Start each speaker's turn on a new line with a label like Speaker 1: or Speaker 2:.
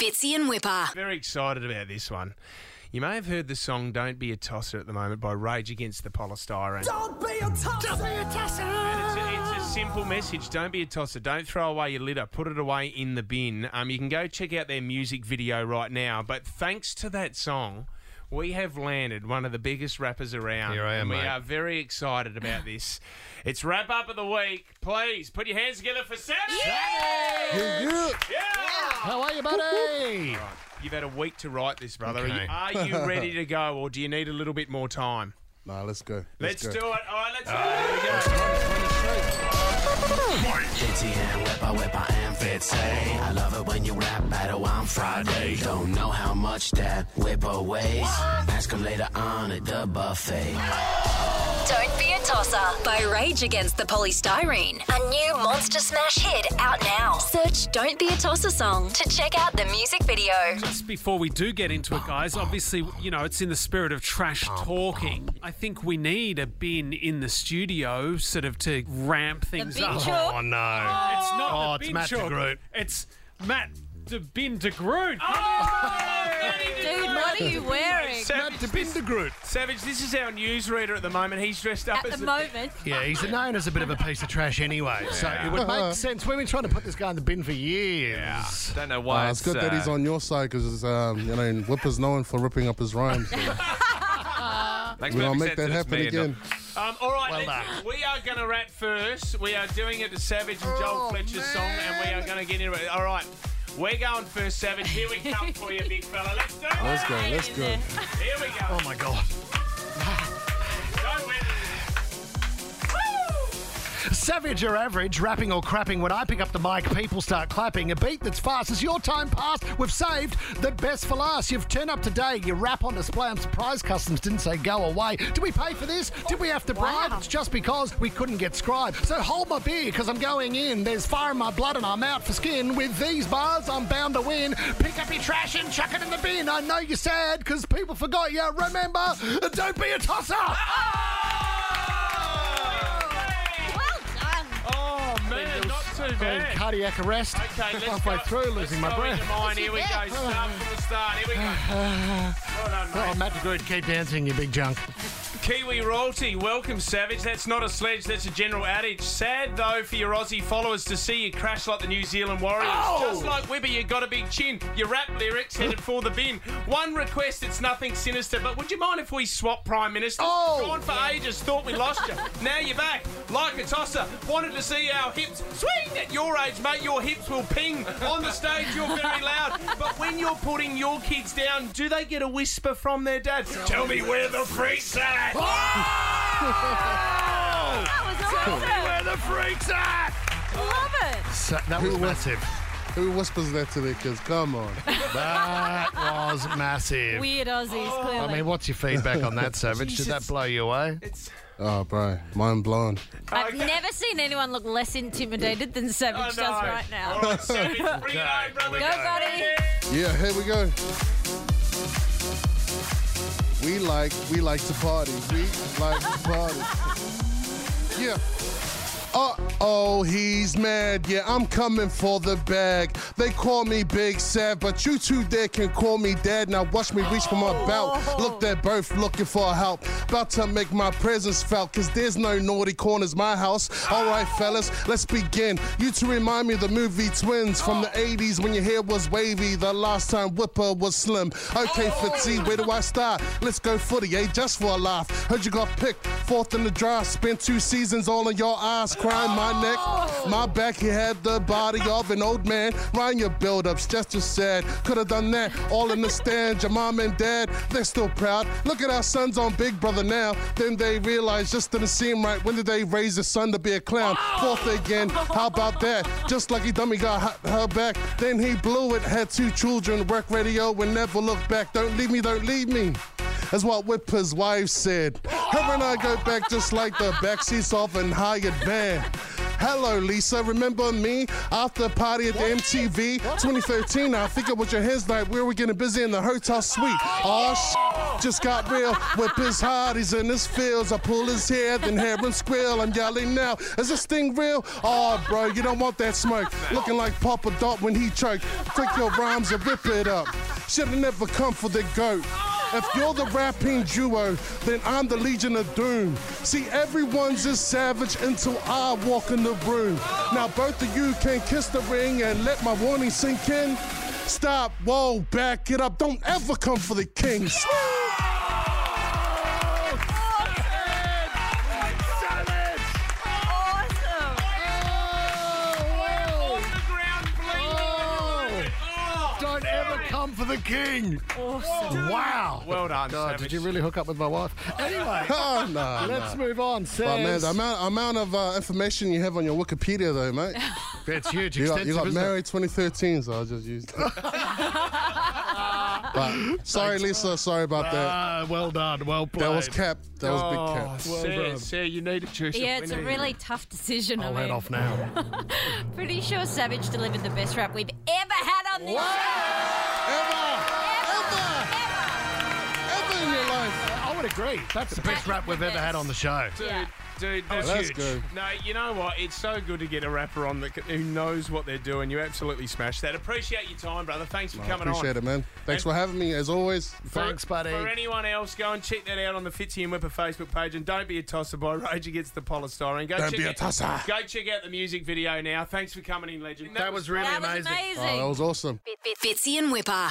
Speaker 1: Fitzy and Whipper.
Speaker 2: Very excited about this one. You may have heard the song Don't Be a Tosser at the moment by Rage Against the Polystyrene.
Speaker 3: Don't be a tosser. Don't be a
Speaker 2: It's a, it's a simple message. Don't be a tosser. Don't throw away your litter. Put it away in the bin. Um, you can go check out their music video right now. But thanks to that song, we have landed one of the biggest rappers around.
Speaker 4: Here I am,
Speaker 2: and we
Speaker 4: mate.
Speaker 2: are very excited about this. It's wrap up of the week. Please put your hands together for Sammy. Yeah.
Speaker 4: How are you, buddy?
Speaker 2: Right. You've had a week to write this, brother. Are you-
Speaker 4: Okay.
Speaker 2: Are, you, ready to go, or do you need a little bit more time?
Speaker 5: No, let's go.
Speaker 2: Let's,
Speaker 5: go.
Speaker 2: do it. All right, let's
Speaker 4: Ah.
Speaker 2: do it.
Speaker 6: Fitzy and Whipper, Whipper and Fitzy. I love it when you rap battle on Friday. Don't know how much that Whipper weighs. Ask him later on at the buffet.
Speaker 1: Don't be a tosser by Rage Against the Polystyrene. A new Monster Smash hit out now. Search Don't Be a Tosser song to check out the music video.
Speaker 7: Just before we do get into it, guys, obviously, you know, it's in the spirit of trash talking. I think we need a bin in the studio sort of to ramp things
Speaker 8: bin
Speaker 7: up.
Speaker 8: chook.
Speaker 4: Oh, no.
Speaker 7: It's not
Speaker 4: Oh,
Speaker 7: the
Speaker 4: it's
Speaker 7: bin
Speaker 4: Matt
Speaker 7: chook.
Speaker 4: DeGroot.
Speaker 7: It's Matt de Bin de Groot.
Speaker 8: Dude, what are you wearing?
Speaker 4: Matt
Speaker 2: Savage,
Speaker 4: Debindergroot.
Speaker 2: Savage, this is our newsreader at the moment. He's dressed up
Speaker 8: At
Speaker 2: as
Speaker 8: the
Speaker 2: a-
Speaker 8: moment,
Speaker 4: Yeah, he's known as a bit of a piece of trash anyway, so it would make sense. We've been trying to put this guy in the bin for years. Oh,
Speaker 9: Don't know why.
Speaker 5: Uh, it's good that he's
Speaker 9: uh,
Speaker 5: on your side because um, you know Whipper's known for ripping up his rhymes. so
Speaker 9: Makes
Speaker 5: We're gonna
Speaker 9: perfect
Speaker 5: make
Speaker 9: sense
Speaker 5: that
Speaker 9: it's
Speaker 5: happen
Speaker 9: me and not-
Speaker 5: again.
Speaker 2: Um, all right,
Speaker 4: Well
Speaker 2: let's- we are going to rap first. We are doing it to Savage and
Speaker 4: Oh,
Speaker 2: Joel Fletcher's song, and we are going to get into it. All right, we're going first, Savage. Here we come for you, big fella. Let's do it.
Speaker 5: Let's go. Let's go.
Speaker 2: Here we go.
Speaker 4: Oh my god.
Speaker 2: Go with
Speaker 4: Savage or average, rapping or crapping, when I pick up the mic, people start clapping. A beat that's fast as your time passed. We've saved the best for last. You've turned up today. Your rap on display. I'm surprised customs didn't say go away. Did we pay for this? Did we have to bribe? It's just because we couldn't get scribe. So hold my beer, because I'm going in. There's fire in my blood and I'm out for skin. With these bars, I'm bound to win. Pick up your trash and chuck it in the bin. I know you're sad, because people forgot you. Remember, don't be a tosser.
Speaker 8: well done.
Speaker 2: Oh man, not too bad.
Speaker 4: cardiac arrest.
Speaker 2: Okay, let's
Speaker 4: halfway
Speaker 2: go.
Speaker 4: through,
Speaker 2: let's
Speaker 4: losing my
Speaker 2: go into
Speaker 4: breath.
Speaker 2: Mine. Here we go. Start from the start. Here we go. Well done, mate.
Speaker 4: Oh, Matt DeGroot, keep dancing, you big junk.
Speaker 2: Kiwi royalty, welcome, Savage. That's not a sledge, that's a general adage. Sad, though, for your Aussie followers to see you crash like the New Zealand Warriors. Just like Wibber, you got a big chin. Your rap lyrics headed for the bin. One request, it's nothing sinister, but would you mind if we swap Prime Minister?
Speaker 4: Oh!
Speaker 2: Gone for ages, thought we lost you. now you're back, like a tosser. Wanted to see our hips. Swing! At your age, mate, your hips will ping. On the stage, you're very loud. But when you're putting your kids down, do they get a whisper from their dad? Tell me where the freaks at! Oh!
Speaker 8: That was awesome.
Speaker 4: the freaks at?
Speaker 8: Love it.
Speaker 4: So, that was massive.
Speaker 5: Who whispers that to their kids? Come on.
Speaker 4: That was massive.
Speaker 8: Weird Aussies,
Speaker 4: I
Speaker 8: clearly.
Speaker 4: mean, what's your feedback on that, Savage? Did
Speaker 2: Jesus.
Speaker 4: that blow you away?
Speaker 5: Oh, bro, mind blown.
Speaker 8: I've never seen anyone look less intimidated than Savage does right now.
Speaker 2: All right, Savage, bring it on, brother.
Speaker 8: Go, buddy.
Speaker 5: Yeah, here we go. We like we like to party. We like to party. Yeah. Uh oh, he's mad. Yeah, I'm coming for the bag. They call me Big Sad, but you two there can call me Dad. Now watch me reach for my belt. Look, they're both looking for help. About to make my presence felt, cause there's no naughty corners, my house. Alright, fellas, let's begin. You two remind me of the movie Twins from the 80s when your hair was wavy. The last time Whipper was slim. Okay, Fitzy, where do I start? Let's go footy, eh? Just for a laugh. Heard you got picked fourth in the draft. Spent two seasons all in your eyes, crying my neck. My back, you had the body of an old man. Ryan, your build ups just as sad. Could have done that all in the stand. Your mom and dad, they're still proud. Look at our sons on Big Brother now. Then they realized just didn't seem right. When did they raise their son to be a clown? Fourth again. How about that? Just like he dummy got her- her back. Then he blew it, had two children, work radio, and never looked back. Don't leave me, don't leave me. That's what Whipper's wife said. Her and I go back just like the backseats of an hired van. Hello, Lisa. Remember me? After party at the MTV 2013, I think it was your hands night. We were getting busy in the hotel suite. Oh, sh- just got real. Whip his hard, he's in his fields. I pull his hair, then hear him squeal. I'm yelling now, is this thing real? Oh, bro, you don't want that smoke. Looking like Papa Dot when he choked. Click your rhymes and rip it up. Should've never come for the goat. If you're the rapping duo, then I'm the Legion of Doom. See, everyone's just savage until I walk in the room. Now both of you can kiss the ring and let my warning sink in. Stop, whoa, back it up. Don't ever come for the kings.
Speaker 4: Oh,
Speaker 2: Oh!
Speaker 4: Don't ever come for the king.
Speaker 8: Awesome.
Speaker 4: Wow.
Speaker 2: Well done,
Speaker 4: God,
Speaker 2: Savage.
Speaker 4: did you really hook up with my wife? Anyway,
Speaker 5: Oh, no.
Speaker 4: let's move on.
Speaker 5: But man,
Speaker 4: Sam's-
Speaker 5: the amount, amount of uh, information you have on your Wikipedia, though, mate.
Speaker 4: That's huge.
Speaker 5: You got,
Speaker 4: extensive,
Speaker 5: you got
Speaker 4: isn't it?
Speaker 5: married 2013, so I just used it. But sorry, Lisa. Sorry about that.
Speaker 4: Ah, well done. Well played.
Speaker 5: That was cap. That was
Speaker 4: Oh,
Speaker 5: big cap.
Speaker 2: Sarah, Sarah, you need it, Trisha.
Speaker 8: Yeah, it's a really tough decision.
Speaker 4: I'll
Speaker 8: I
Speaker 4: head
Speaker 8: mean,
Speaker 4: off now.
Speaker 8: pretty sure Savage delivered the best rap we've ever had on this
Speaker 5: Ever in your life.
Speaker 4: I would agree. That's the best rap we've ever had on the show.
Speaker 8: show. Yeah.
Speaker 2: Dude, Oh, that's,
Speaker 5: that's
Speaker 2: huge.
Speaker 5: good.
Speaker 2: No, you know what? It's so good to get a rapper on that c- who knows what they're doing. You absolutely smashed that. Appreciate your time, brother. Thanks for coming
Speaker 5: Appreciate
Speaker 2: on.
Speaker 5: it, man. Thanks for having me, as always.
Speaker 4: Thanks, buddy.
Speaker 2: For anyone else, go and check that out on the Fitzy and Whipper Facebook page, and don't be a tosser by Rage Against the Polystyrene. Go
Speaker 5: Don't
Speaker 2: check
Speaker 5: be a
Speaker 2: out-
Speaker 5: tosser.
Speaker 2: Go check out the music video now. Thanks for coming in, legend.
Speaker 4: That was really
Speaker 8: That was
Speaker 4: amazing.
Speaker 8: amazing.
Speaker 5: Oh, that was Oh, awesome.
Speaker 1: Bitsy and Whipper.